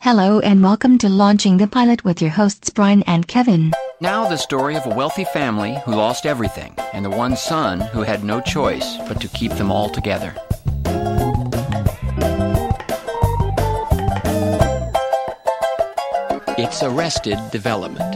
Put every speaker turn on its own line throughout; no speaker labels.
Hello and welcome to Launching the Pilot with your hosts Brian and Kevin.
Now, the story of a wealthy family who lost everything and the one son who had no choice but to keep them all together. It's Arrested Development.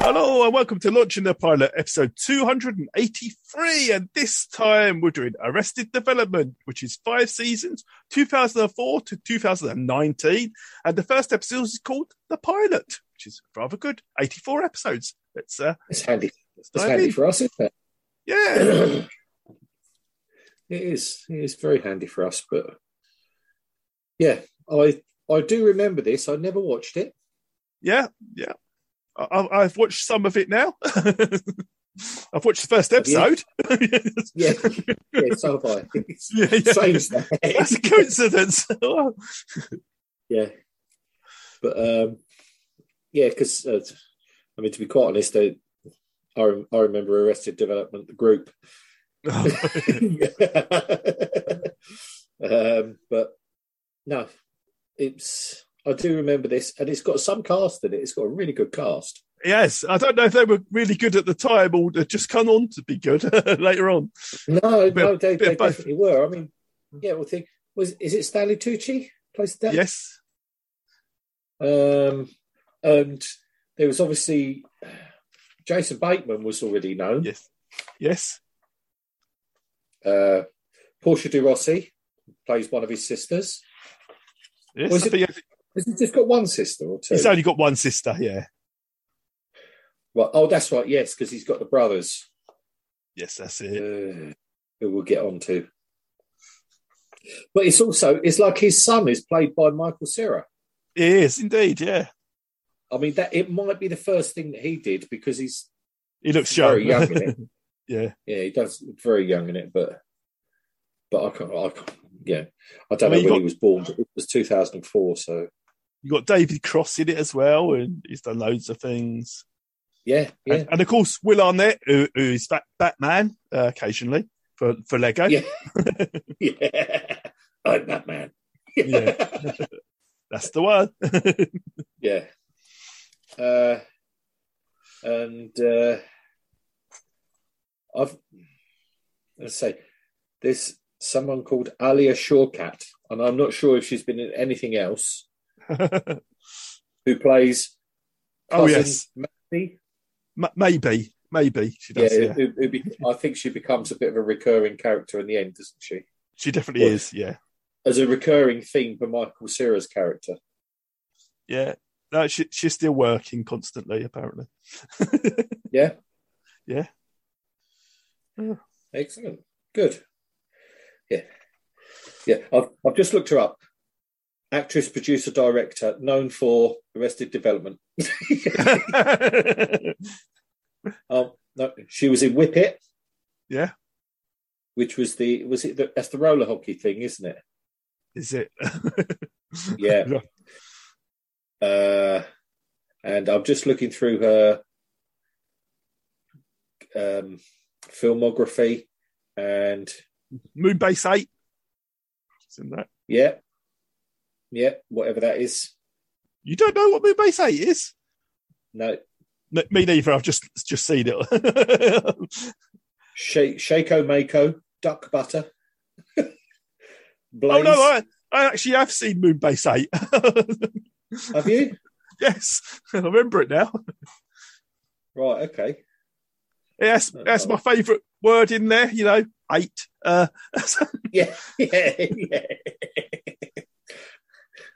Hello and welcome to Launching the Pilot, episode 283. And this time we're doing Arrested Development, which is five seasons, 2004 to 2019. And the first episode is called The Pilot, which is rather good. 84 episodes. Let's, uh,
It's handy.
let's
It's
dive
handy
in.
for us, isn't
Yeah.
it? it is. It is very handy for us. But yeah, I I do remember this. I never watched it.
Yeah. Yeah. I, I- I've watched some of it now. I've watched the first
you?
episode.
Yeah, yeah so have I. It's
Yeah, yeah.
strange
That's a
that.
coincidence. Oh,
yeah, but um, yeah, because uh, I mean, to be quite honest, I I, rem- I remember Arrested Development, the group. um, but no, it's. I do remember this, and it's got some cast in it. It's got a really good cast.
Yes, I don't know if they were really good at the time or they just come on to be good later on.
No,
Bit
no,
of-
they,
bit of
they
both.
definitely were. I mean, yeah, well, think was is it Stanley Tucci plays that?
Yes,
Um, and there was obviously Jason Bateman was already known.
yes, yes,
Uh, Portia de Rossi plays one of his sisters.
yes.
Was
I
it-
think
Has he just got one sister or two?
he's only got one sister. Yeah,
Right. Oh, that's right. Yes, because he's got the brothers.
yes, that's it.
uh, who we'll get on to. But it's also it's like his son is played by Michael Cera.
It is indeed. Yeah,
I mean that it might be the first thing that he did because he's
he looks
very young
young.
in it.
yeah,
Yeah, he does look very young in it, but but I can't. I can't yeah, I don't
I mean, you
know
got-
when he was born. But it was two thousand and four. So
you got David Cross in it as well, and he's done loads of things.
yeah, yeah,
And, and of course, Will Arnett, who, who is Bat- Batman uh, occasionally for for Lego.
Yeah. yeah. I'm that man.
Yeah. That's the one.
Yeah. Uh, and uh, I've let's say there's someone called Alia Shawkat, and I'm not sure if she's been in anything else. Who plays?
oh
cousin
yes,
Matty.
M- maybe, maybe she
Yeah,
does. Yeah,
Who, who be, I think she becomes a bit of a recurring character in the end, doesn't she?
she definitely
Well-
is. Yeah.
As a recurring theme for Michael Cera's character.
Yeah. No, she, she's still working constantly, apparently.
Yeah.
Yeah. Yeah.
Excellent. Good. Yeah. Yeah. I've, I've just looked her up. Actress, producer, director, known for Arrested Development. um, no, she was in Whip It.
Yeah.
Which was the was it the, that's the roller hockey thing, isn't it?
Is it?
Yeah.
Yeah.
Uh, and I'm just looking through her um, filmography, and
Moonbase 8. It's in that.
yeah, yeah, whatever that is.
You don't know what Moonbase 8 is?
No,
No, me neither. I've just just seen it.
Sh- Shako Mako, Duck Butter.
oh,
Blaze.
no, I, I actually have seen Moonbase 8.
Have you?
yes, I remember it now.
Right, okay.
Yes, that's my favourite word in there, you know, 8. Uh,
Yeah, yeah, yeah.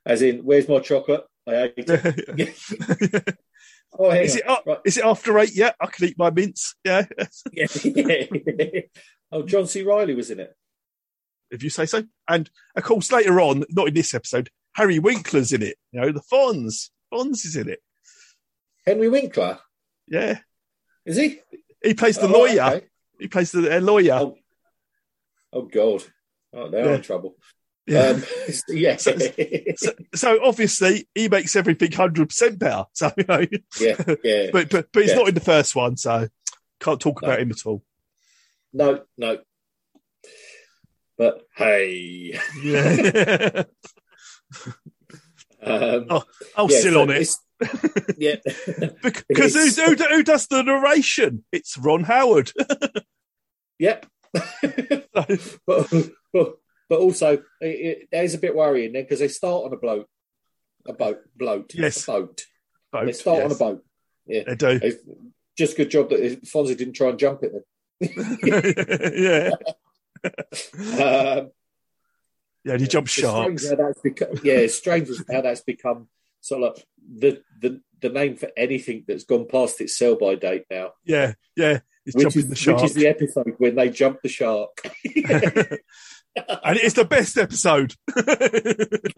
As in, where's my chocolate? I ate it. Oh, hang
is,
on.
it, a-
Right.
is it after 8? Yeah, I can eat my mince. Yeah,
Yeah, yeah. oh, John C. Riley was in it.
if you say so. And of course, later on, not in this episode, Harry Winkler's in it. You know, the Fonz. Fonz is in it.
Henry Winkler,
Yeah.
is he?
He plays the
Oh,
lawyer.
okay.
He plays the uh, lawyer.
Oh, Oh God, oh, they're
Yeah.
in trouble.
yeah.
Um, yeah,
So- so obviously, he makes everything 100% better. So, you know,
yeah, yeah.
but, but, but he's
Yeah.
not in the first one. So can't talk
No.
about him at all.
No, no. But hey,
Yeah.
Um,
Oh,
yeah,
still
so
on it.
it's- yeah.
Because
It's-
who, who, who does the narration? It's Ron Howard.
Yep. but, but, but also, it, it, that is a bit worrying then because they start on a bloat. A boat, bloat,
Yes.
a boat.
Boat,
They start on a
yes.
boat. Yeah,
They do.
It's just good job that Fonzie didn't try and jump it.
yeah.
Then. Um,
Yeah, and you jump
it's strange
sharks.
how that's become- yeah, it's strange how that's become sort of like the the the name for anything that's gone past its sell by date now.
Yeah, yeah. He's jumping
is,
the shark.
which is the episode when they jump the shark.
and it's the best episode.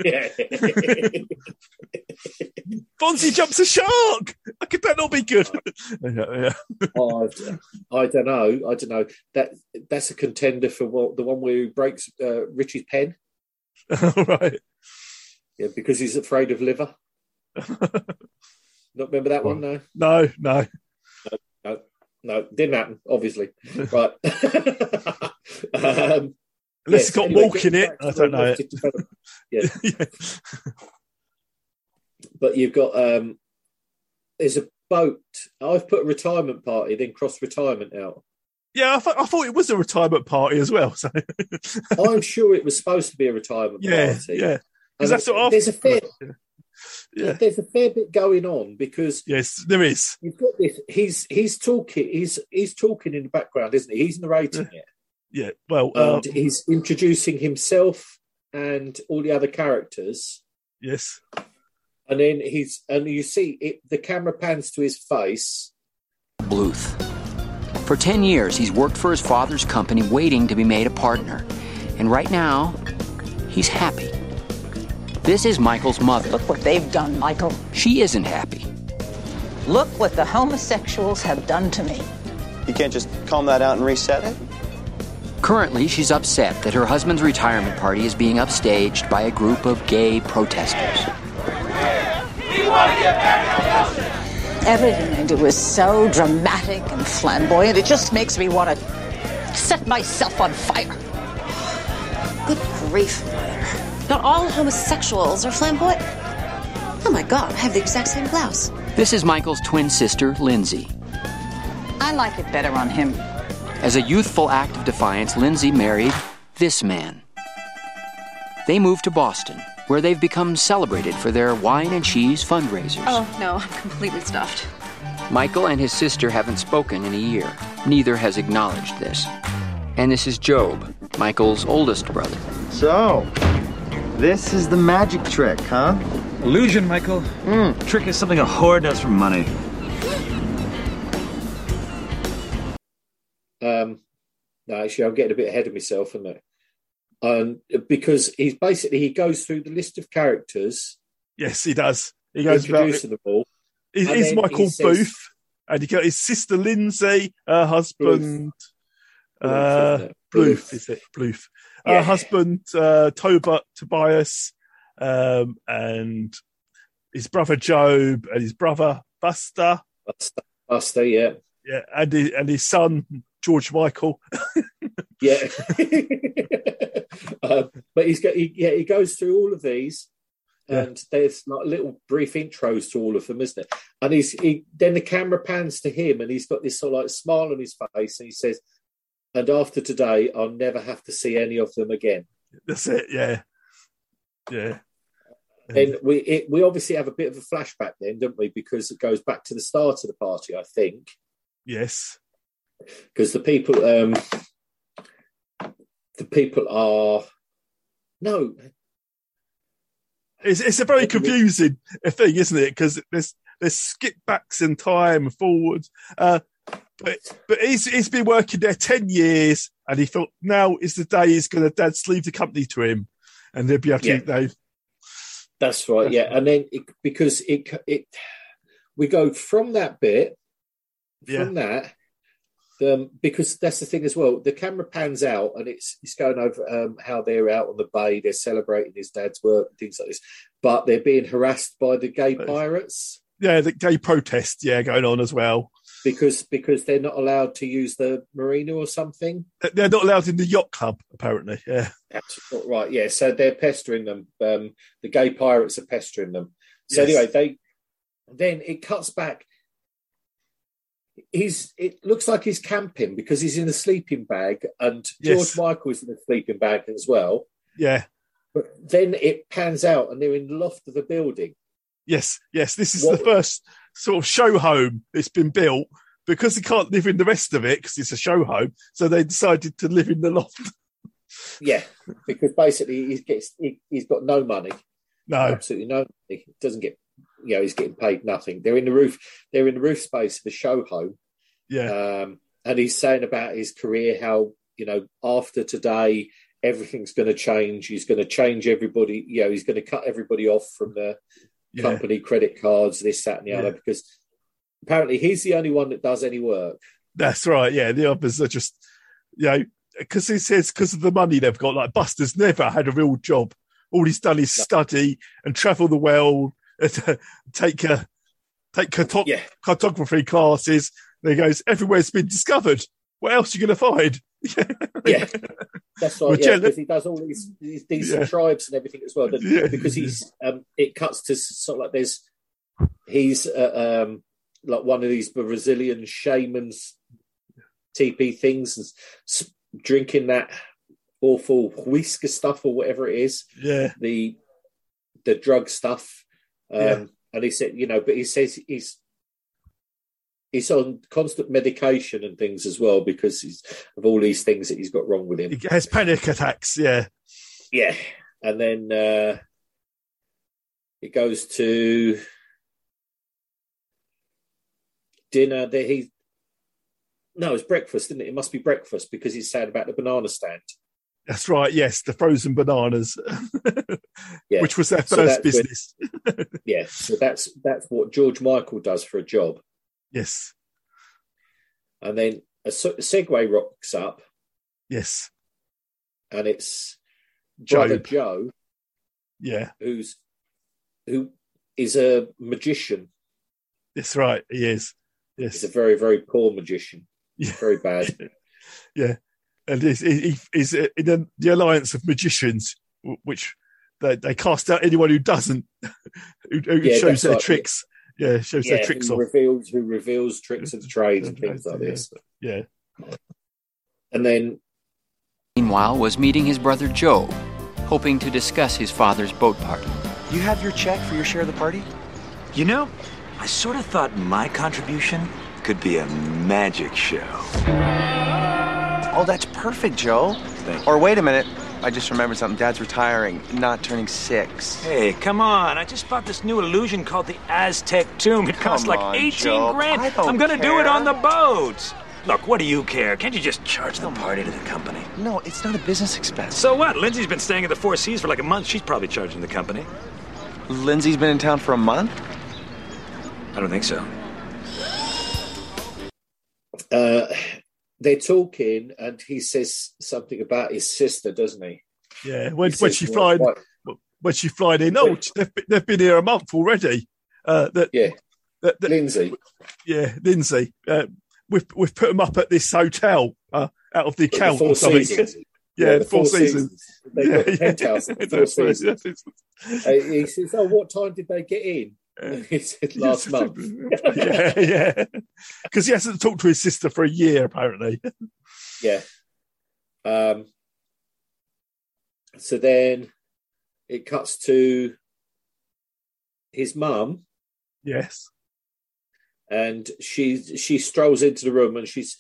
yeah.
Fonzie jumps a shark. How could that not be good? yeah, yeah.
Oh, I, I don't know. I don't know. That that's a contender for what, the one where he breaks uh, Richie's pen
All right.
yeah, because he's afraid of liver. Not remember that one? No,
No, no.
no, didn't happen. Obviously, right. um,
Unless
yes,
it's got
anyway,
walk in
getting
it.
back to
I don't
the
know it.
Arrested Development.
yeah.
But you've got um, there's a boat. I've put retirement party, then cross retirement out.
Yeah, I, th- I thought it was a retirement party as well. So
I'm sure it was supposed to be a retirement
yeah,
party.
yeah,
And
because that's what
there's a
I've-
fair
yeah.
there's a fair bit going on because
Yes, there is.
you've got this. He's he's talking. He's he's talking in the background, isn't he? He's narrating it,
Yeah. Well, uh,
and he's introducing himself and all the other characters.
yes.
And then he's and you see it. The camera pans to his face.
Bluth. For 10 years, he's worked for his father's company, waiting to be made a partner. And right now, he's happy. This is Michael's mother.
Look what they've done, Michael.
She isn't happy.
Look what the homosexuals have done to me.
You can't just calm that out and reset it?
Currently, she's upset that her husband's retirement party is being upstaged by a group of gay protesters.
Everything they do is so dramatic and flamboyant, it just makes me want to set myself on fire.
Good grief, Mother. Not all homosexuals are flamboyant. Oh my god, I have the exact same blouse.
This is Michael's twin sister, Lindsay.
I like it better on him.
As a youthful act of defiance, Lindsay married this man. They moved to Boston, where they've become celebrated for their wine and cheese fundraisers.
no, I'm completely stuffed.
Michael and his sister haven't spoken in a year. Neither has acknowledged this. And this is Job, Michael's oldest brother.
So, this is the magic trick, huh?
Illusion, Michael. Trick is something a whore does for money.
Um, no, actually, I'm getting a bit ahead of myself, isn't it? Um, because he's basically he goes through the list of characters,
Yes, he does. He goes about.
introducing them all.
It
And
is
then
Michael
he says-
Booth, and he got his sister Lindsay, her husband
Booth,
uh,
isn't it?
Bluth,
Booth.
is it Bluth?
Yeah.
Her husband uh, Toba Tobias, um, and his brother Job, and his brother Buster,
Buster, Buster, yeah,
yeah, and his, and his son George Michael.
yeah. um, but he's got, he, yeah, he goes through all of these, and there's like little brief intros to all of them, isn't it? And he's he then the camera pans to him, and he's got this sort of like smile on his face, and he says, "And after today, I'll never have to see any of them again."
That's it. Yeah, yeah.
Then we it, we obviously have a bit of a flashback, then, don't we? Because it goes back to the start of the party, I think.
Yes.
because the people um the people are no
It's, it's a very confusing thing, isn't it? Because there's there's skip backs in time, forwards. Uh, but but he's he's been working there ten years, and he thought now is the day he's going to dad's leave the company to him, and they'll be able to
Yeah.
they
that's right yeah and then it, because it it we go from that bit
Yeah.
from that um, because that's the thing as well the camera pans out and it's it's going over um, how they're out on the bay they're celebrating his dad's work and things like this but they're being harassed by the gay pirates
yeah the gay protest yeah going on as well.
because because they're not allowed to use the marina or something.
They're not allowed in the yacht club, apparently. Yeah.
That's not right. Yeah, so they're pestering them. Um, the gay pirates are pestering them. So
Yes.
anyway, they then it cuts back. He's it looks like he's camping because he's in a sleeping bag, and George
Yes.
Michael is in a sleeping bag as well.
Yeah.
But then it pans out, and they're in the loft of the building.
Yes. Yes. This is
What-
the first sort of show home that's been built because they can't live in the rest of it because it's a show home. So they decided to live in the loft.
Yeah, because basically he gets he, he's got no money.
No.
absolutely no. He doesn't get, you know, he's getting paid nothing. They're in the roof. They're in the roof space of the show home,
Yeah.
um, and he's saying about his career how you know after today everything's going to change. He's going to change everybody. You know, he's going to cut everybody off from the
Yeah.
company credit cards, this, that, and the
Yeah.
other, because apparently he's the only one that does any work.
That's right. Yeah. The others are just, you know, because he says because of the money they've got, like Buster's never had a real job. All he's done is study and travel the world, and take a take carto-
Yeah.
cartography classes. And he goes, everywhere's been discovered. What else are you going to find?
yeah, that's right. Yeah,
Magellan-
because he does all these these, these
Yeah.
tribes and everything as well. doesn't he?
Yeah.
Because he's um, it cuts to s- sort of like there's he's uh, um, like one of these Brazilian shamans TP things and s- drinking that awful whisker stuff or whatever it is
Yeah.
the the drug stuff. Um,
Yeah.
And he said, you know, but he says he's he's on constant medication and things as well because he's, of all these things that he's got wrong with
He
him.
has panic attacks. Yeah.
Yeah. And then uh, it goes to dinner. That he no, it's breakfast, isn't it? It must be breakfast because he's sad about the banana stand.
That's right. Yes. The frozen bananas,
Yeah.
which was their
So
first
that's when-
business.
Yeah. So that's that's what George Michael does for a job.
Yes.
and then a se- Segway rocks up,
Yes.
and it's brother
Job.
Joe
Yeah.
who's who is a magician.
That's right. He is. Yes.
He's a very very poor magician,
Yeah.
very bad.
and is is, is uh, in the, the alliance of magicians, w- which they, they cast out anyone who doesn't, who, who
Yeah,
shows
that's
their
right.
tricks. Yeah, shows
yeah,
their tricks
who
off.
reveals who reveals tricks of the trade and
Yeah,
things like
yeah.
this.
Yeah,
And then
Meanwhile, was meeting his brother Joe, hoping to discuss his father's boat party.
You have your check for your share of the party?
You know, I sort of thought my contribution could be a magic show.
Oh, that's perfect, Joe.
Thank
Or wait a minute. I just remembered something. Dad's retiring, not turning six.
Hey, come on. I just bought this new illusion called the Aztec Tomb. It costs
Come
like
on,
18
Joe.
grand.
I don't
am gonna do it
care.
on the boat. Look, what do you care? Can't you just charge the party to the company?
No, it's not a business expense.
So what? Lindsay's been staying at the Four Seas for like a month. She's probably charging the company.
Lindsay's been in town for a month?
I don't think so.
uh, they're talking, and he says something about his sister, doesn't he?
yeah.
He
When, when
says,
she
"Well,
flying,
why-
when she flying in, oh, they've, been- they've been here a month already. Uh, that,
Yeah,
that, that-
Lindsay.
yeah, Lindsay. Uh, we've we've put them up at this hotel uh, out of the
The
account
four
or something.
seasons.
Yeah, the four, seasons.
They've got
Yeah,
the penthouse at the four
That's right,
seasons.
yeah, it's-
Uh, he says, "Oh, what time did they get in?"
Yeah.
he said, "Last
Yes.
month."
yeah, yeah. Because he hasn't talked to his sister for a year, apparently.
Yeah. Um. So then, it cuts to his mum,
Yes.
and she she strolls into the room, and she's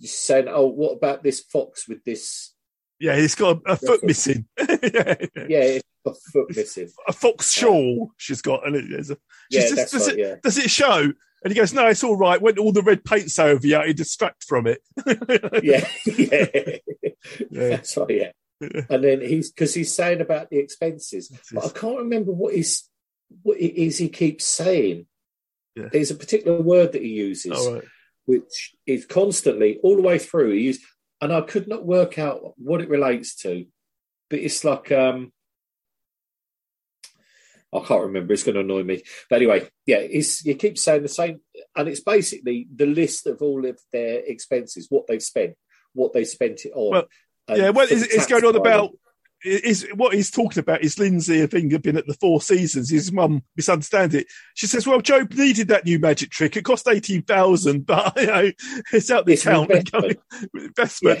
saying, "Oh, what about this fox with this?
Yeah, he's got a, a foot
right.
missing. yeah.
Yeah, it's a foot missing.
A fox shawl she's got. And it, there's a, she's
Yeah,
just-
that's
does,
right.
it,
Yeah,
does it show? And he goes, no, it's all right. When all the red paint's over you, you distract from it.
yeah, yeah."
Yeah.
That's right, yeah. And then he's because he's saying about the expenses, but I can't remember what he's what it is he keeps saying.
Yeah. Oh,
There's a particular word that he uses,
All right.
which is constantly all the way through. He used, and I could not work out what it relates to, but it's like um, I can't remember. It's going to annoy me. But anyway, yeah, it's, you keep saying the same, and it's basically the list of all of their expenses, what they've spent, what they spent it on.
Well,
and
yeah, well,
for
it's,
the
it's
tax
going on
guy.
about is what he's talking about is Lindsay I think had been at the Four Seasons. His mum misunderstands it. She says, "Well, Job needed that new magic trick. It cost eighteen thousand, but you know it's out the
It's an
account.
investment.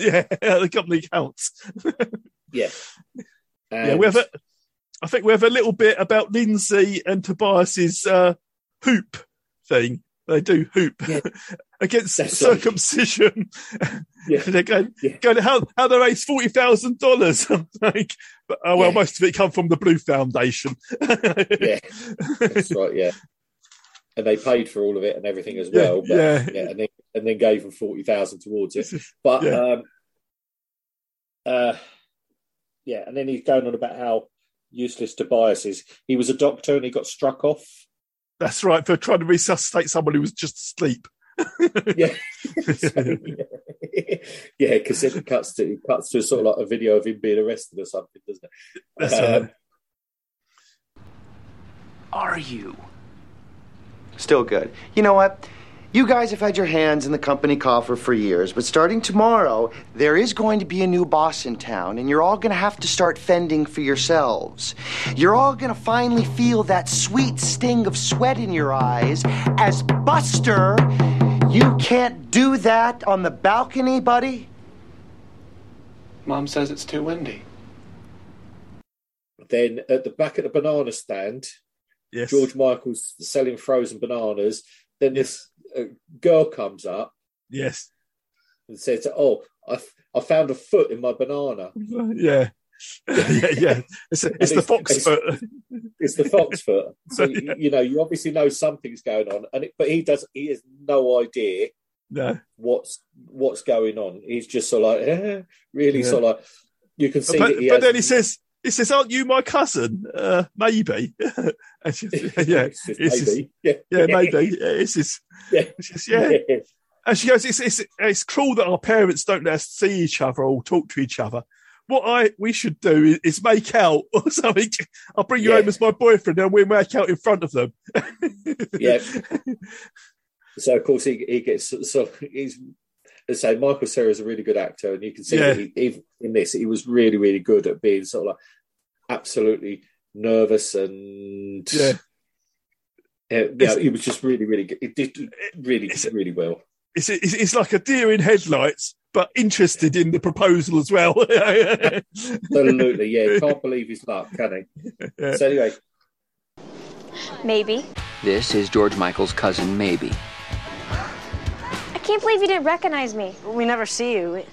investment, yeah, out the company accounts.
Yeah.
yeah,
And-
we have a, I think we have a little bit about Lindsay and Tobias's uh, hoop thing. They do hoop
Yeah.
against
That's right.
circumcision.
Yeah.
They're going,
Yeah.
going how, how they raised forty thousand dollars. like, but, oh well,
Yeah.
most of it come from the Blue Foundation.
yeah, that's right. Yeah, and they paid for all of it and everything as
Yeah,
well. But,
yeah.
yeah, and then and then gave them forty thousand towards it. But
Yeah.
um, uh, yeah, and then he's going on about how useless Tobias is. He was a doctor and he got struck off.
That's right for trying to resuscitate someone who was just asleep.
Yeah. So, yeah, because then it cuts to it cuts to sort of like a video of him being arrested or something, doesn't it?
That's
Um,
right.
Are you?
Still good. You know what? You guys have had your hands in the company coffer for years, but starting tomorrow, there is going to be a new boss in town, and you're all going to have to start fending for yourselves. You're all going to finally feel that sweet sting of sweat in your eyes as Buster. You can't do that on the balcony, buddy.
Mom says it's too windy.
Then at the back at the banana stand,
Yes.
George Michael's selling frozen bananas. Then this uh, girl comes up
Yes.
and says, "Oh, I, f- I found a foot in my banana.
Yeah. yeah, yeah. It's, it's the
it's-
fox
it's-
foot.
It's the fox foot." So
Yeah.
you, you know, you obviously know something's going on, and it, but he does. He has no idea
No.
what's what's going on. He's just sort of like eh, really
Yeah.
sort of like you can see
but,
that he
but
has,
then he says, "He says, aren't you my cousin? Uh, maybe." And she- yeah,
It's just
it's just-
maybe. yeah,
yeah, maybe. Yeah, It's just,
Yeah.
it's just- yeah. And she goes, "It's it's it's cruel that our parents don't let us see each other or talk to each other." What I we should do is, is make out or something. I'll bring you
Yeah.
home as my boyfriend, and we make out in front of them.
Yeah. So of course he he gets so he's as I say Michael Sarah is a really good actor, and you can see
Yeah.
that he, even in this he was really really good at being sort of like absolutely nervous and
Yeah.
Uh, yeah,
It's-
he was just really really good. It did really
It's-
really well.
It's, it's it's like a deer in headlights, but interested in the proposal as well.
Absolutely, yeah. Can't believe his luck, can
Yeah.
he? So anyway,
Maybe.
This is George Michael's cousin, maybe.
I can't believe you didn't recognize me.
We never see you. We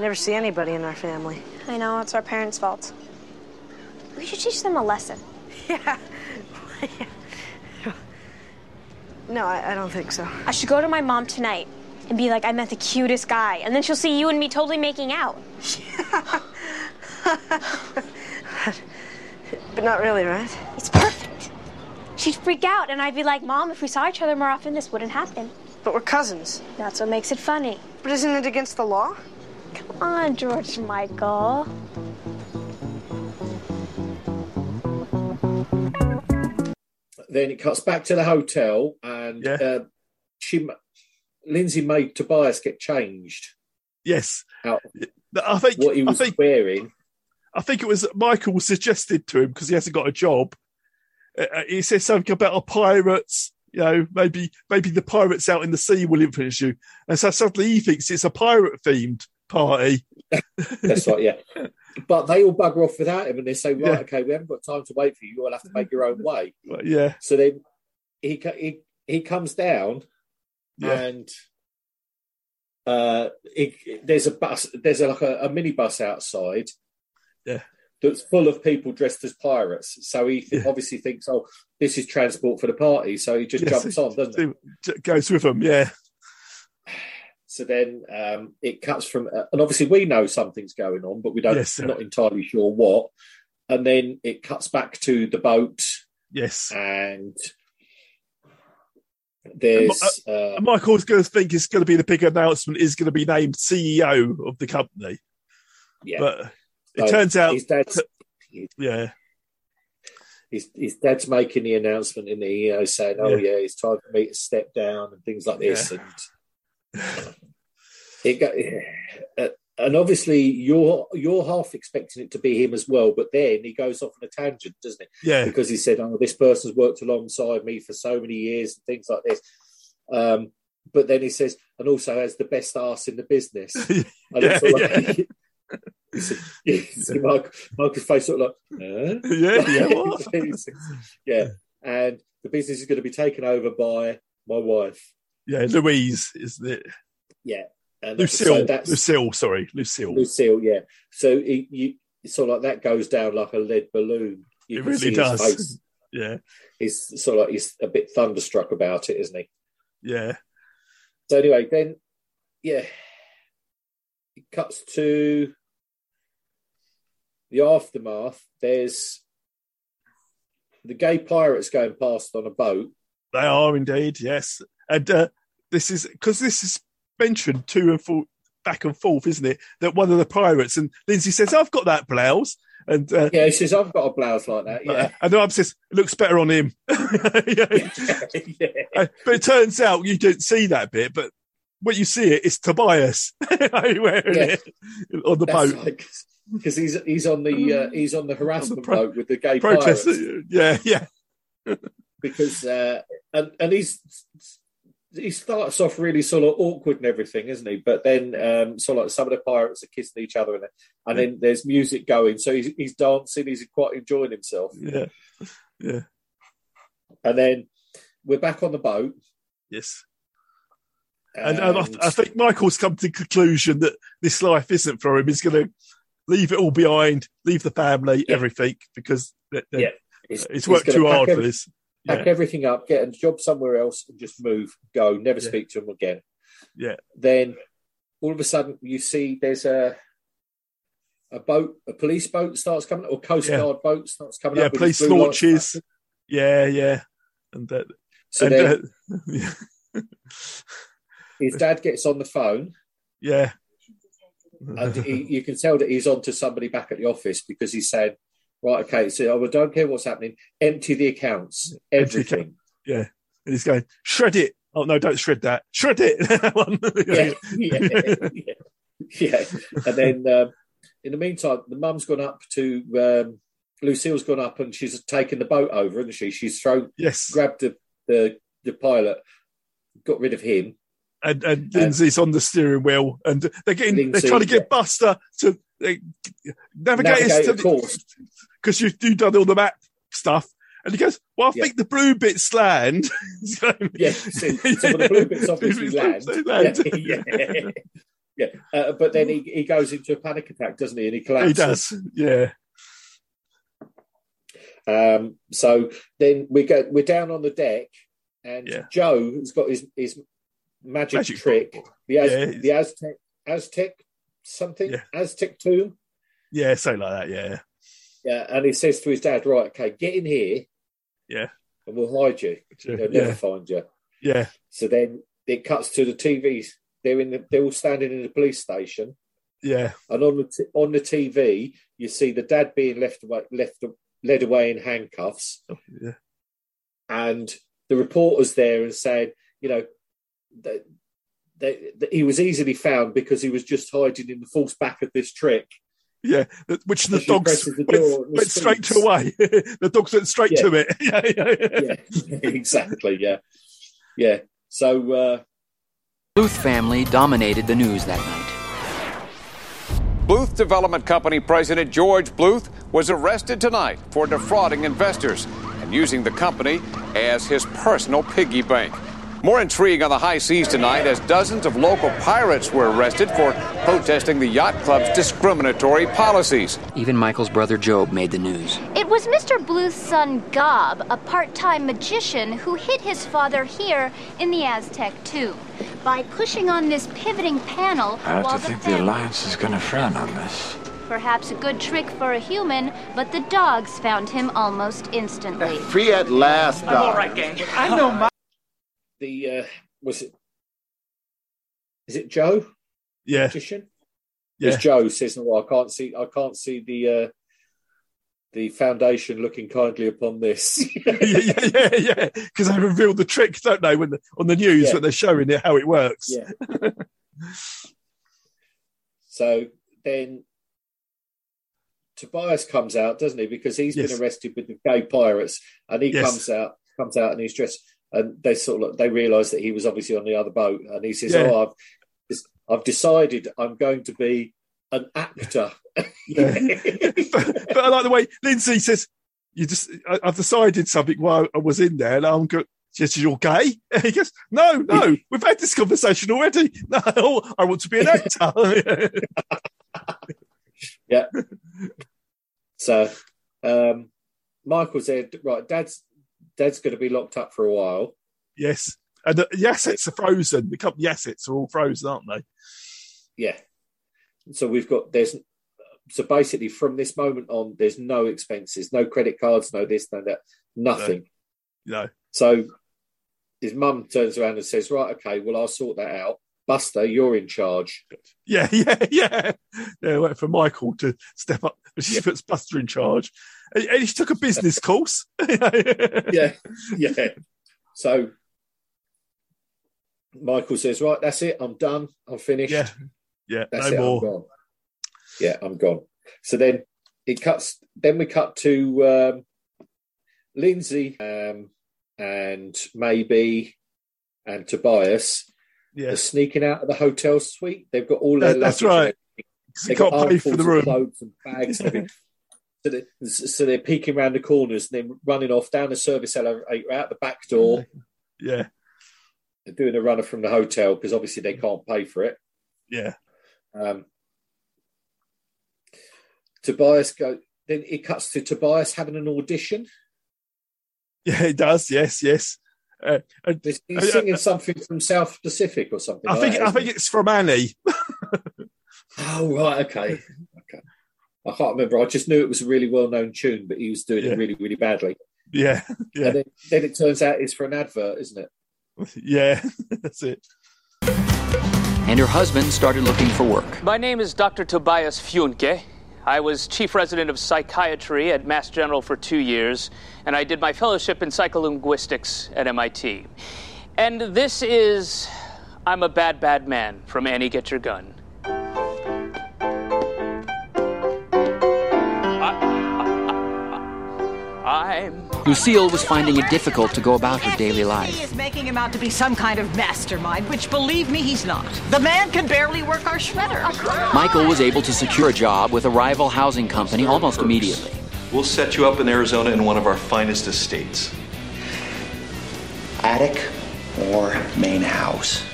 never see anybody in our family.
I know, it's our parents' fault. We should teach them a lesson.
No, I, I don't think so.
I should go to my mom tonight and be like, I met the cutest guy, and then she'll see you and me totally making out.
But not really, right?
It's perfect. She'd freak out, and I'd be like, Mom, if we saw each other more often, this wouldn't happen.
But we're cousins.
That's what makes it funny.
But isn't it against the law?
Come on, George Michael.
then it cuts back to the hotel, and
Yeah.
uh, she ma- Lindsay made Tobias get changed
yes,
out
I think
what he
I
was
think
wearing.
I think it was Michael suggested to him because he hasn't got a job. Uh, uh, he says something about a pirates. You know, maybe maybe the pirates out in the sea will influence you, and so suddenly he thinks it's a pirate themed party.
That's right, yeah. But they all bugger off without him, and they say, "Right,
Yeah.
okay, we haven't got time to wait for you. You'll have to make your own way."
But yeah,
So then he co- he he comes down,
Yeah.
and uh, he, there's a bus, there's a, like a, a mini bus outside,
Yeah.
that's full of people dressed as pirates. So he th-
Yeah.
obviously thinks, "Oh, this is transport for the party," so he just
Yes,
jumps on, doesn't he?
so j- goes with him. Yeah,
So then um, it cuts from, uh, and obviously we know something's going on, but we don't,
Yes, sir.
not entirely sure what. And then it cuts back to the boat,
yes.
and there's uh,
And Michael's going to think it's going to be the big announcement. Is going to be named CEO of the company,
yeah. Oh,
but uh, it
So
turns out,
his dad's
yeah,
his, his dad's making the announcement in the EO saying, "Oh
Yeah.
yeah, it's time for me to step down" and things like this,
Yeah.
and it got, yeah. uh, and obviously you're you're half expecting it to be him as well, but then he goes off on a tangent, doesn't he?
Yeah.
because he said, "Oh, this person's worked alongside me for so many years" and things like this. Um, but then he says, "and also has the best arse in the business." And it's
Yeah,
sort of like- you see Mark, Marcus' face sort of like, huh?
Yeah, yeah, what?
yeah. And the business is going to be taken over by my wife.
Yeah, Louise, isn't it?
Yeah. And
Lucille.
so that's
Lucille, sorry. Lucille.
Lucille, yeah. So it, you it's sort of like that goes down like a lead balloon. You
It
can
really
see his
does.
face.
Yeah.
He's sort of like he's a bit thunderstruck about it, isn't he?
Yeah.
So anyway, then yeah, it cuts to the aftermath. There's the gay pirates going past on a boat.
They are indeed, yes. And uh, this is because this is mentioned to and for, back and forth, isn't it? That one of the pirates and Lindsay says, "I've got that blouse," and uh,
Yeah, he says, "I've got a blouse like that." Yeah,
and the says, "It "Looks better on him." Yeah. Uh, but it turns out you don't see that bit, but when you see it, it's Tobias wearing
Yeah.
it on the boat.
because he's he's on the uh, he's on the harassment boat with the gay
Protest,
pirates.
yeah, yeah,
because uh, and and he's he starts off really sort of awkward and everything, isn't he? But then um, sort of like some of the pirates are kissing each other and and then there's music going, so he's he's dancing, he's quite enjoying himself,
yeah, yeah.
and then we're back on the boat.
Yes. And, and I, I think Michael's come to the conclusion that this life isn't for him. He's going to leave it all behind, leave the family, everything, because th- th-
Yeah.
it's,
he's
worked
gonna
too
pack
hard for
every-
this.
pack
Yeah.
everything up, get a job somewhere else, and just move, go, never
Yeah.
speak to him again.
Yeah.
Then all of a sudden, you see there's a a boat, a police boat starts coming, or coast
Yeah.
guard boat starts coming
Yeah,
up. with his
police
blue lights.
launches. Yeah, yeah. And that,
So
and,
then-
uh, yeah,
His dad gets on the phone,
yeah,
and he, you can tell that he's on to somebody back at the office because he's saying, "Right, okay, so I don't care what's happening. Empty the accounts,
Empty
everything."
yeah. And he's going, shred it. Oh, no, don't shred that. Shred it. That one.
yeah, yeah, yeah, yeah. And then um, in the meantime, the mum's gone up to um, Lucille's gone up and she's taken the boat over, isn't she? She's thrown,
yes,
grabbed the, the the pilot, got rid of him.
and and Lindsay's on the steering wheel, and they're getting
Lindsay,
they're trying to get Buster to uh, navigate, us
Navigate,
to
of course.
because you've you done all the map stuff, and he goes, "Well, I think the blue bit's land." so,
Yeah, so, so the blue bit's obviously
Blue
land.
bit's land.
Yeah, yeah. yeah. Uh, but then he, he goes into a panic attack, doesn't he? And he collapses.
he does, yeah,
Um, so then we go, we're down on the deck, and
Yeah.
Joe has got his his magic,
Magic
trick, the, Az-
Yeah, he's-
the Aztec Aztec something
Yeah.
Aztec tomb.
yeah, something like that, yeah,
Yeah, and he says to his dad, "Right, okay, get in here,
yeah,
and we'll hide you.
Sure,
They'll never
yeah.
find you."
yeah,
So then it cuts to the TVs. They're in the, they're all standing in the police station,
yeah,
and on the t- on the TV you see the dad being left away, left led away in handcuffs.
Oh, yeah.
and the reporters there and saying, you know, that, that, that he was easily found because he was just hiding in the false back of this trick.
Yeah, that- which the
As you
dogs
press the
went,
door, the
went straight to
speeds.
away. the dogs went straight
Yeah.
to it. yeah, yeah, yeah.
Yeah, exactly. Yeah, yeah. So uh,
Bluth family dominated the news that night.
Bluth Development Company President George Bluth was arrested tonight for defrauding investors and using the company as his personal piggy bank. More intrigue on the high seas tonight as dozens of local pirates were arrested for protesting the yacht club's discriminatory policies.
Even Michael's brother Job made the news.
It was Mr. Bluth's son Gob, a part time magician, who hid his father here in the Aztec tomb by pushing on this pivoting panel.
I have
while
to
the
think the Alliance is gonna frown on this.
Perhaps a good trick for a human, but the dogs found him almost instantly.
Free at last, Doc.
gang.
I know my.
the uh, was it? Is it Joe?
Yeah.
Magician.
Yeah.
It's Joe says, "Well, I can't see. I can't see the uh, the foundation looking kindly upon this.
yeah, yeah, because they reveal the trick, don't they? When the, on the news,
Yeah.
when they're showing it how it works.
Yeah. so then Tobias comes out, doesn't he? Because he's
Yes.
been arrested with the gay pirates, and he
Yes.
comes out, comes out, and he's dressed. And they sort of they realise that he was obviously on the other boat, and he says,
Yeah.
"Oh, I've I've decided I'm going to be an actor."
Yeah. but, but I like the way Lindsay says, "You just, I, I've decided something while I was in there, and I'm good." She says, "You're gay." he goes, "No, no, we've had this conversation already. No, I want to be an actor."
yeah. So, um, Michael said, "Right, Dad's Dad's going to be locked up for a while."
yes, and uh, the, the assets are frozen. The company assets are all frozen, aren't they?
Yeah. So we've got there's so basically from this moment on, there's no expenses, no credit cards, no this, no that, nothing.
No.
So his mum turns around and says, "Right, okay, well I'll sort that out." Buster, you're in charge.
Yeah, yeah, yeah. Yeah, wait for Michael to step up. She puts Buster in charge. And, and she took a business course.
yeah, yeah. So Michael says, "Right, that's it. I'm done. I'm finished.
Yeah, yeah,
that's
no
it.
more.
I'm gone. Yeah, I'm gone." So then it cuts. Then we cut to um, Lindsay um, and maybe and Tobias.
Yeah.
are sneaking out of the hotel suite. They've got all their.
That- that's right.
luggage and everything.
'Cause
They've
you
got
can't pay for
armfuls
the
of
room.
clothes and bags. and everything. So they- so they're peeking around the corners and then running off down the service elevator out the back door.
Yeah,
They're doing a runner from the hotel because obviously they can't pay for it.
yeah.
Um, Tobias go. Then it cuts to Tobias having an audition.
Yeah, it does. Yes, yes. Uh, and-
He's he's singing something from South Pacific or something.
I
like
think
that,
I
isn't
think it's from Annie.
he? Oh right, okay, okay. I can't remember. I just knew it was a really well-known tune, but he was doing
Yeah.
it really, really badly.
Yeah, yeah,
And then, then it turns out it's for an advert, isn't it?
yeah. That's it.
And her husband started looking for work.
My name is Dr. Tobias Funke. I was chief resident of psychiatry at Mass General for two years, and I did my fellowship in psycholinguistics at MIT. And this is I'm a Bad Bad Man from Annie Get Your Gun. I'm.
Lucille was finding it difficult to go about her daily life.
He E is making him out to be some kind of mastermind, which believe me, he's not. The man can barely work our shredder.
Michael was able to secure a job with a rival housing company almost immediately.
We'll set you up in Arizona in one of our finest estates.
Attic or main house?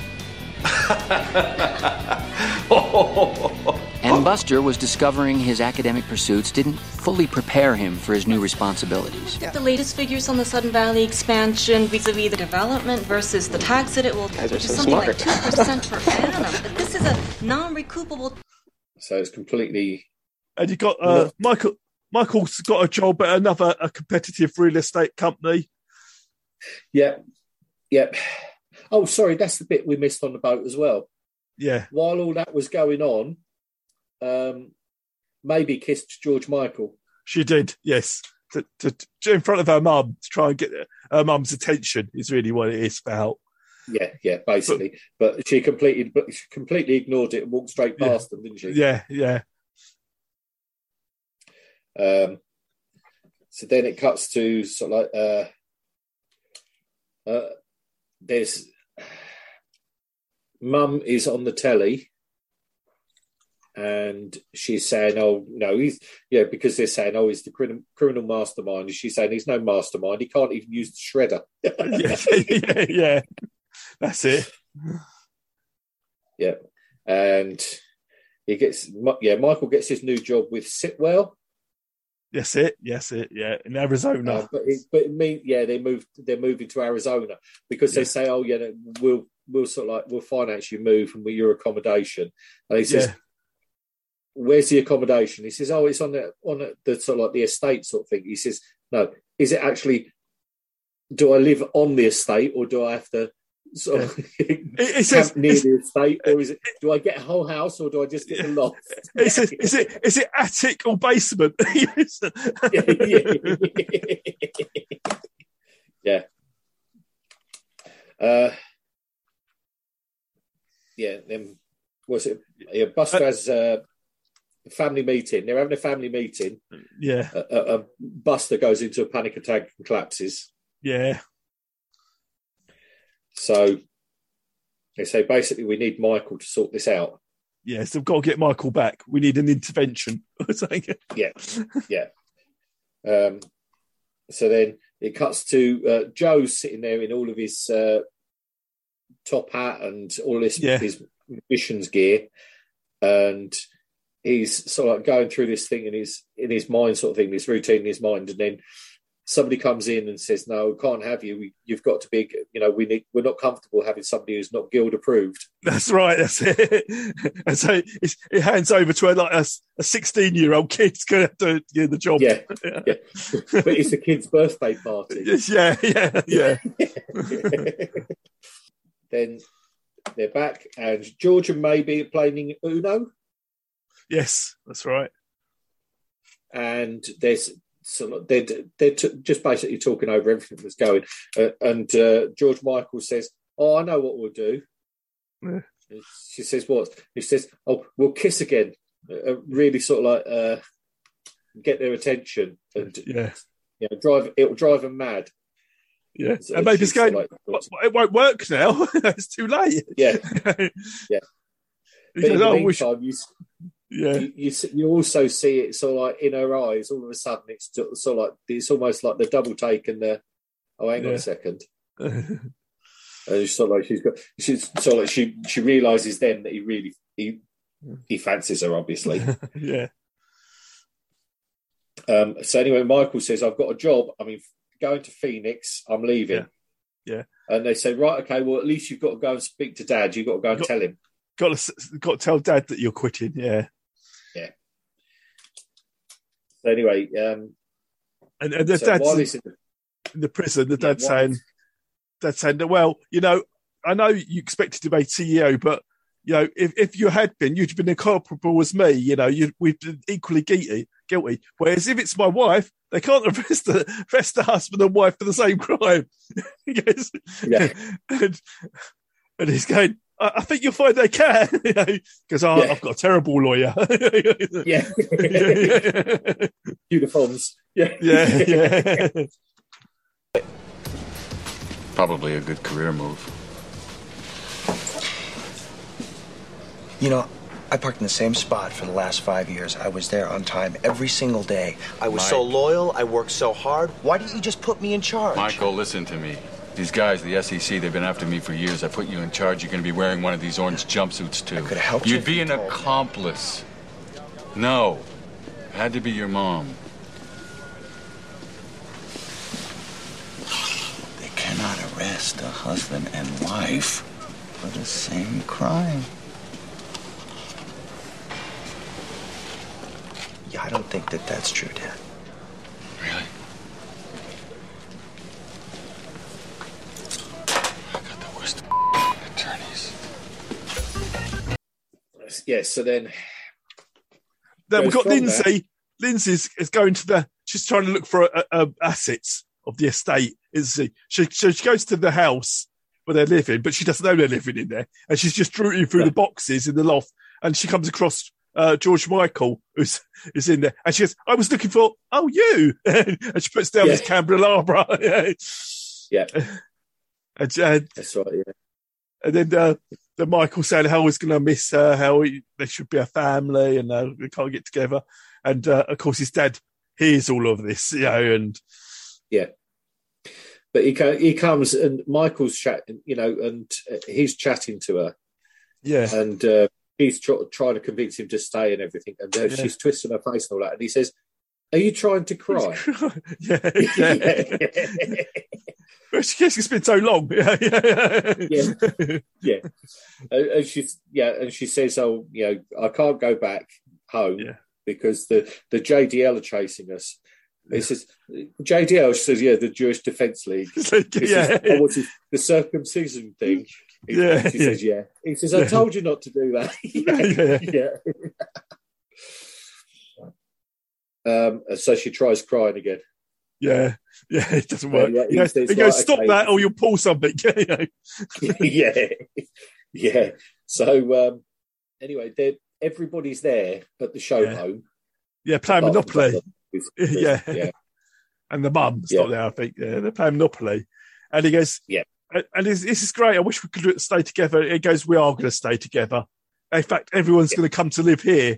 And Buster was discovering his academic pursuits didn't fully prepare him for his new responsibilities.
The latest figures on the Sudden Valley expansion vis-a-vis the development versus the tax that it will,
Guys are
which is
so
something like two
smart.
percent per annum. But this is a non-recoupable
So it's completely
And you got uh,
No.
Michael. Michael's got a job at another a competitive real estate company.
Yep. Yep. Oh, sorry, that's the bit we missed on the boat as well.
Yeah.
While all that was going on, um, maybe kissed George Michael.
She did, yes. To, to, to- in front of her mum to try and get her mum's attention is really what it is about.
Yeah, yeah, basically. But, she completely, but she completely ignored it and walked straight
Yeah.
past them, didn't she?
Yeah, yeah,
Um, so then it cuts to sort of like uh, uh, there's mum is on the telly and she's saying, "Oh no, he's yeah," because they're saying, "Oh, he's the criminal criminal mastermind." And she's saying, "He's no mastermind. He can't even use the shredder."
yeah, yeah. That's it.
yeah, and he gets Mi- yeah. Michael gets his new job with Sitwell.
Yes, it. Yes, it. Yeah, in Arizona.
Uh, but it, but it mean, yeah, they moved. They're moving to Arizona because they say, oh yeah, no, we'll we'll sort of like we'll finance your move and we, your accommodation. And he says,
Yeah.
where's the accommodation? He says, oh, it's on the on the, the sort of like the estate sort of thing. He says, no, is it actually? Do I live on the estate or do I have to sort of
it says-
camp near the estate, or is it? Do I get a whole house, or do I just get the loft?
Is it is it is it attic or basement?
yeah. Uh, yeah. Then was it? Yeah, Buster has a family meeting. They're having a family meeting.
yeah,
Uh, uh, uh, Buster goes into a panic attack and collapses.
yeah,
So they say basically we need Michael to sort this out.
yeah. So we've got to get Michael back. We need an intervention. It's like-
Yeah, yeah. Um, so then it cuts to uh, Joe sitting there in all of his uh, top hat and all this
Yeah.
his musician's gear, and he's sort of like going through this thing in his in his mind, sort of thing, this routine in his mind, and then somebody comes in and says, "No, we can't have you. We, you've got to be. You know, we need. We're not comfortable having somebody who's not guild approved."
that's right. That's it. And so it's, it hands over to a, like a, a sixteen-year-old kid's going to do the job.
Yeah, yeah. but it's a kid's birthday party.
yeah, yeah, yeah.
then they're back, and George and Maybe are playing Uno,
Yes, that's right.
and there's so they're they're t- just basically talking over everything that's going. Uh, and uh, George Michael says, "Oh, I know what we'll do."
Yeah.
And She says, "What?" He says, "Oh, we'll kiss again." Uh, really, sort of like uh, get their attention, and
Yeah.
you know, drive it'll drive them mad.
Yeah,
So
and maybe it's
she's
going.
like-
"Well, it won't work now. it's too late.
Yeah,
yeah.
But in the
oh, we should-
meantime, you, s-
Yeah.
you, you s- you also see it sort of like in her eyes. All of a sudden, it's sort of like it's almost like the double take and the oh, hang
Yeah.
on a second. And it's sort of like she's got she's sort of like she she realizes then that he really he he fancies her obviously.
yeah,
um, so anyway, Michael says, "I've got a job. I mean, going to Phoenix. I'm leaving."
yeah.
And they say, "Right, okay. Well, at least you've got to go and speak to Dad. You've got to go and tell him."
Got to s- got to tell Dad that you're quitting. Yeah,
So anyway, um,
and and the
so
dad's
while
in,
he's in-
the prison. The
Yeah,
dad's
while-
saying, Dad's saying, well, you know, I know you expected to be CEO, but you know, if, if you had been, you'd have been incomparable as me. You know, you we've been equally guilty. Guilty. Whereas if it's my wife, they can't arrest the arrest the husband and wife for the same crime. He goes-
Yeah.
and, and he's going. I, I think you'll find they can. you know, because oh,
Yeah.
I've got a terrible lawyer.
yeah, uniforms. Yeah,
yeah, yeah.
Probably a good career move.
You know, I parked in the same spot for the last five years. I was there on time every single day. I was so
Mike.
loyal. I worked so hard. Why didn't you just put me in charge?
Michael, listen to me. These guys, the SEC, they've been after me for years. I put you in charge. You're going to be wearing one of these orange jumpsuits, too. I could have
helped you
You'd
if
be
you
an
told me.
accomplice. No. Had to be your mom.
They cannot arrest a husband and wife for the same crime. Yeah, I don't think that that's true, Dad.
Really? I got the worst attorneys.
yeah. So then,
Then we've
Goes
got
from
Lindsay. Lindsay's is going to the. She's trying to look for uh, uh, assets of the estate. Is she? She, she? she goes to the house where they're living, but she doesn't know they're living in there, and she's just rooting through the boxes in the loft, and she comes across. Uh, George Michael who's is in there, and she goes, "I was looking for oh you," and she puts down
Yeah.
his candelabra. yeah,
yeah,
and, uh, she- and
that's right. Yeah.
and then uh, the Michael saying how he's going to miss her, how he, they should be a family, and uh, they can't get together. And uh, of course, his dad hears all of this, you know, and
Yeah. But he co- he comes and Michael's chatting, you know, and uh, he's chatting to her,
yeah,
and uh, he's tr- trying to convince him to stay and everything, and uh,
Yeah.
she's twisting her face and all that, and he says, "Are you trying to cry?"
yeah, yeah. Which guess it's been so long. Yeah, yeah,
Yeah. yeah, and, and she's yeah, and she says, "Oh, you know, I can't go back home because the the JDL are chasing us." It says JDL says, yeah, the Jewish Defense League. This
yeah.
is- oh, what is the circumcision thing? He,
Yeah,
he
yeah.
says, yeah. He says, I
Yeah.
told you not to do that. yeah. yeah. Um, and so she tries crying again.
Yeah, yeah, it doesn't work.
Yeah,
Yeah,
he
he goes,
says,
he goes,
like,
stop
okay."
that, or you'll pull something. you know.
yeah, yeah. So um, anyway, they're- everybody's there at the show home.
yeah, playing
Apart from
Monopoly.
Chris.
yeah.
Yeah.
and the mum's
Yeah.
not there. I think yeah, they're playing Monopoly, and he goes,
yeah,
and this, this is great. I wish we could stay together. He goes, we are going to stay together. In fact, everyone's going to come to live here.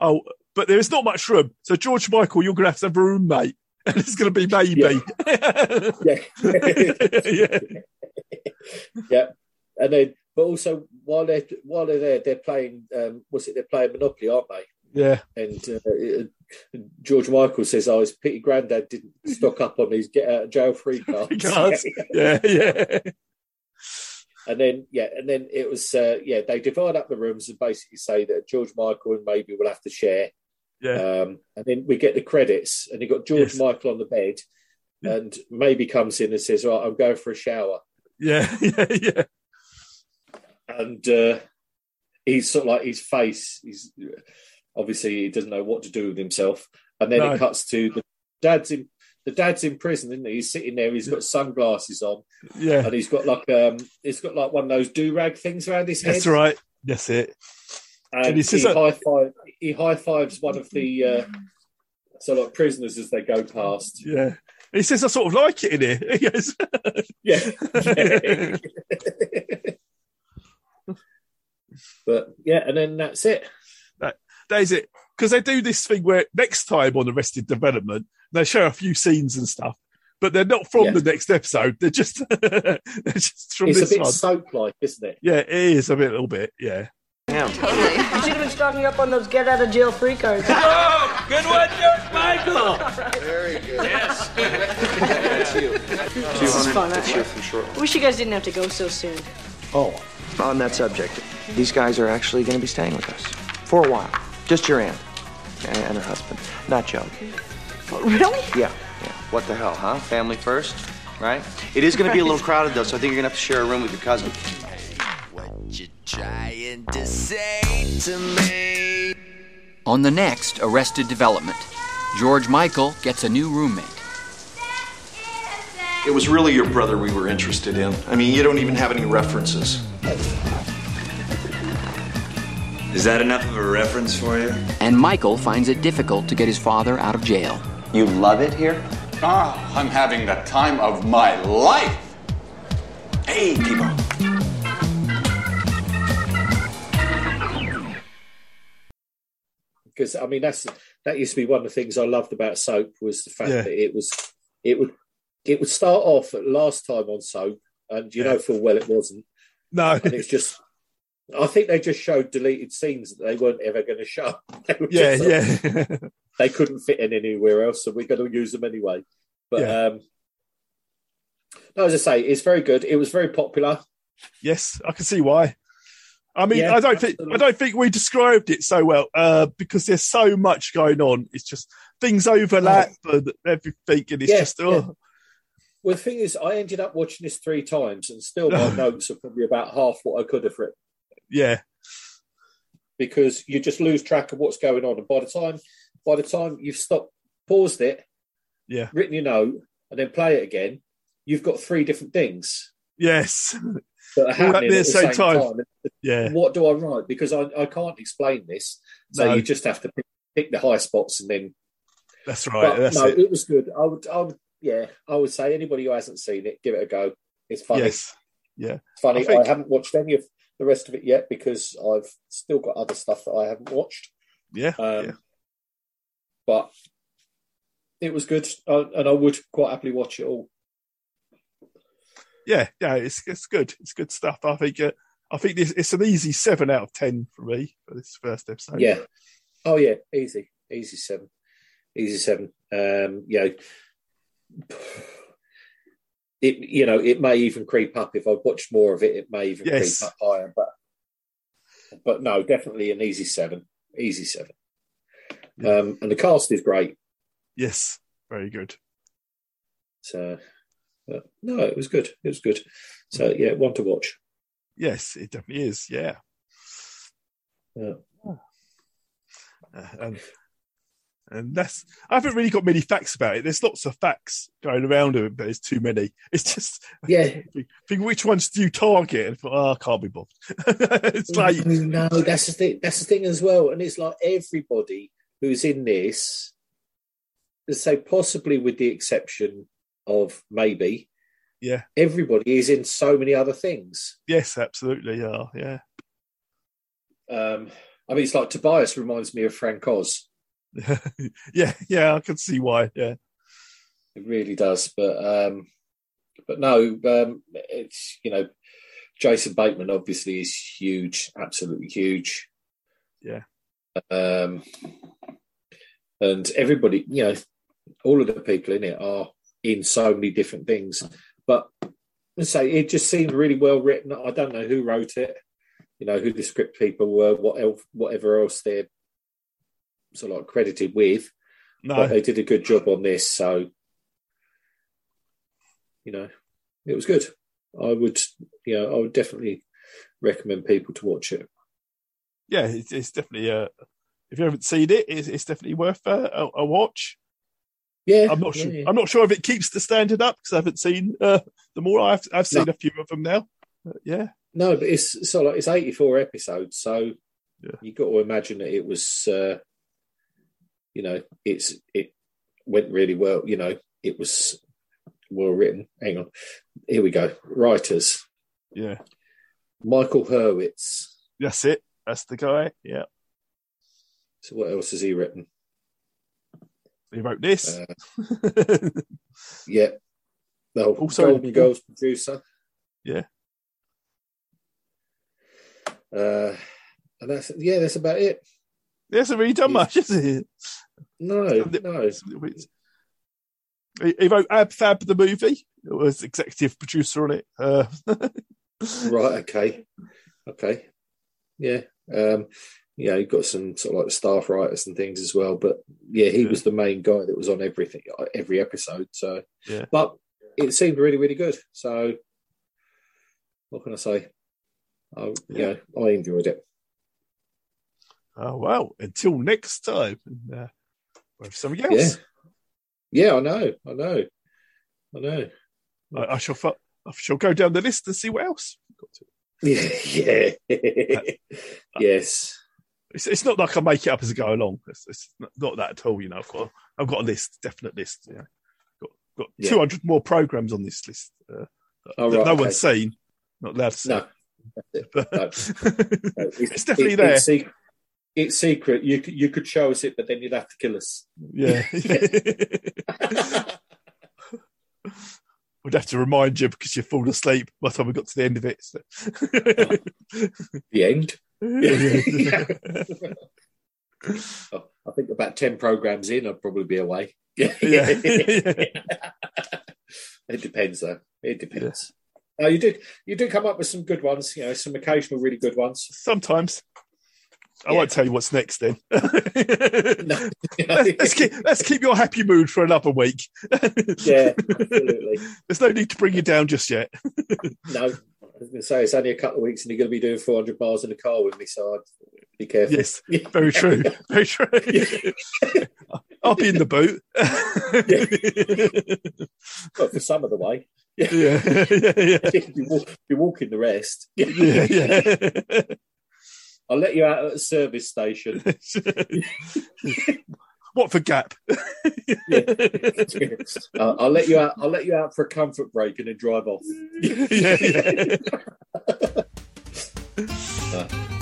Oh, but there is not much room. So George Michael, you're going to have to have a roommate, and it's going to be maybe. yeah.
yeah. And then, but also while they're while they're there, they're playing. Um, what's it? They're playing Monopoly, aren't they?
yeah.
And uh, it- George Michael says, "Oh, his pity granddad didn't stock up on his get out of jail free cards."
Cards. Yeah, yeah.
And then, yeah, and then it was, uh, yeah, they divide up the rooms and basically say that George Michael and maybe will have to share.
Yeah.
Um, and then we get the credits, and you got George Michael on the bed, and maybe comes in and says, "Right, I'm going for a shower."
Yeah, yeah, yeah.
and uh, he's sort of like his face. He's obviously he doesn't know what to do with himself. And then
No.
it cuts to the dad's in the dad's in prison, isn't he? He's sitting there. He's got sunglasses on.
Yeah.
and he's got like um, he's got like one of those do rag things around his head.
That's right. That's it.
And,
And
he,
he says that-
high five. He high fives one of the uh, so like prisoners as they go past.
Yeah. He says, I sort of like it in here. He goes,
yeah. but yeah, and then that's it.
That, that is it. Because they do this thing where next time on Arrested Development, they show a few scenes and stuff, but they're not from
Yeah.
the next episode. They're just, they're just from
it's a
this
bit
one.
soap-like, isn't it?
yeah, it is a bit, little bit. Yeah.
Totally. You should have been stocking up on those get out of jail free cards.
Good one, George Michael.
Very good.
Yes.
That's you. This is fun. I wish you guys didn't have to go so soon.
Oh, on that subject, these guys are actually going to be staying with us for a while. Just your aunt and, and her husband, not Joe.
Really?
Yeah, yeah. Oh, What the hell, huh? Family first, right? It is going to be a little crowded though, so I think you're going to have to share a room with your cousin.
You trying to say to me?
On the next Arrested Development, George Michael gets a new roommate.
It was really your brother we were interested in. I mean, you don't even have any references.
Is that enough of a reference for you?
And Michael finds it difficult to get his father out of jail.
You love it here?
Ah, I'm having the time of my life. Hey, people.
Because I mean, that's that used to be one of the things I loved about soap was the fact
Yeah.
that it was it would it would start off at last time on soap, and you know full well it wasn't.
No,
and it's just. I think they just showed deleted scenes that they weren't ever going to show. They were
Yeah,
just like- they couldn't fit in anywhere else, so we're going to use them anyway. But
Yeah.
um, no, as I say, it's very good. It was very popular.
Yes, I can see why. I mean,
Yeah,
I don't think I don't think we described it so well uh, because there's so much going on. It's just things overlap and everything, and it's
Yeah,
just oh,
Well, the thing is, I ended up watching this three times, and still my notes are probably about half what I could have written
yeah,
because you just lose track of what's going on. And by the time, by the time you've stopped, paused it,
yeah,
written your note, and then play it again, you've got three different things
yes,
that are
All happening
happening at the same, time.
Yeah.
What do I write? Because I, I can't explain this, so
No.
you just have to pick, pick the high spots and then
that's right.
But
that's
no,
it.
it. was good. I would, I would, yeah, I would say anybody who hasn't seen it, give it a go. It's funny.
Yes. Yeah,
It's funny.
I
I,
think-
haven't watched any of the rest of it yet because I've still got other stuff that I haven't watched.
Yeah.
Um, But it was good, uh, and I would quite happily watch it all.
yeah, yeah. It's it's good. It's good stuff. I think uh, I think this, it's an easy seven out of ten for me for this first episode.
Yeah. Oh yeah, easy, easy seven, easy seven. Um, yeah. It you know it may even creep up if I watch more of it. It may even
Yes.
creep up higher, but but no, definitely an easy seven, easy seven. Um, and the cast is great.
Yes. Very good.
So, uh, no, it was good. It was good. So, yeah, one to watch.
Yes, it definitely is. Yeah. Ah.
Yeah.
Uh, and, and that's, I haven't really got many facts about it. There's lots of facts going around it, but it's too many. It's just,
yeah.
Think which ones do you target? And thought, oh, I can't be bothered. it's like,
no, that's the thing. That's the thing as well. And it's like everybody who's in this, so possibly with the exception of maybe,
yeah,
everybody is in so many other things.
yes, absolutely. Yeah. Yeah.
Um, I mean, it's like Tobias reminds me of Frank Oz.
Yeah. Yeah. I can see why. Yeah.
It really does. But um, but no, um, it's you know, Jason Bateman obviously is huge, absolutely huge.
Yeah.
Um, and everybody, you know, all of the people in it are in so many different things. But let's say it just seemed really well written. I don't know who wrote it, you know, who the script people were, what else, whatever else they're sort of like credited with.
No.
But they did a good job on this, so you know, it was good. I would, you know, I would definitely recommend people to watch it.
yeah, it's, it's definitely uh, if you haven't seen it, it's, it's definitely worth uh, a, a watch.
Yeah,
I'm not sure.
yeah.
I'm not sure if it keeps the standard up because I haven't seen uh, the more. I've I've seen
No.
a few of them now. But yeah,
No, but it's so like it's eighty four episodes, so you got to imagine that it was, uh, you know, it's it went really well. You know, it was well written. Hang on, here we go. Writers
yeah,
Michael Hurwitz.
that's it. That's the guy. Yeah,
So what else has he written?
he wrote this.
Uh, Yeah, no,
Also-
Golden Girls producer.
yeah,
Uh, and that's yeah, that's about it.
He hasn't really done much, has he?
No, no.
He, he wrote Ab Fab the movie. It was executive producer on it. Uh,
right okay okay yeah um you know you've got some sort of like staff writers and things as well but yeah he was the main guy that was on everything every episode so
Yeah.
but it seemed really really good so what can i say I, yeah. i enjoyed it
oh well. Until next time, and, uh, we'll have something else.
yeah i know i know i know
I, I shall. Fu- I shall go down the list and see what else.
yeah yeah yes
It's, it's not like I make it up as I go along. It's, it's not, not that at all. You know, I've got I've got a list, definite list. You know. got got
Yeah.
two hundred more programs on this list uh, that,
Oh,
that
right,
no
okay.
one's seen. Not allowed to see.
No. That's it. No.
it's, definitely there.
It's, sec- it's secret. You c- you could show us it, but then you'd have to kill us.
Yeah. We'd have to remind you because you've fallen asleep by the time we got to the end of it. so.
the end.
Yeah.
Oh, I think about ten programs in, I'd probably be away.
Yeah.
It depends, though. It depends. Now you did you do come up with some good ones. You know, some occasional really good ones.
Sometimes. I won't tell you what's next then. let's, let's keep, let's keep your happy mood for another week.
Yeah, absolutely.
There's no need to bring you down just yet.
No, I was going to say it's only a couple of weeks, and you're going to be doing 400 miles in a car with me, so I'd be careful.
Yes, very true. Very true. I'll be in the boot.
Well, for some of the way.
Yeah, yeah, yeah.
you, walk, you walk in the rest.
Yeah, yeah.
I'll let you out at a service station.
What for gap?
Uh, I'll let you out. I'll let you out for a comfort break and then drive off.
yeah, yeah.
Uh,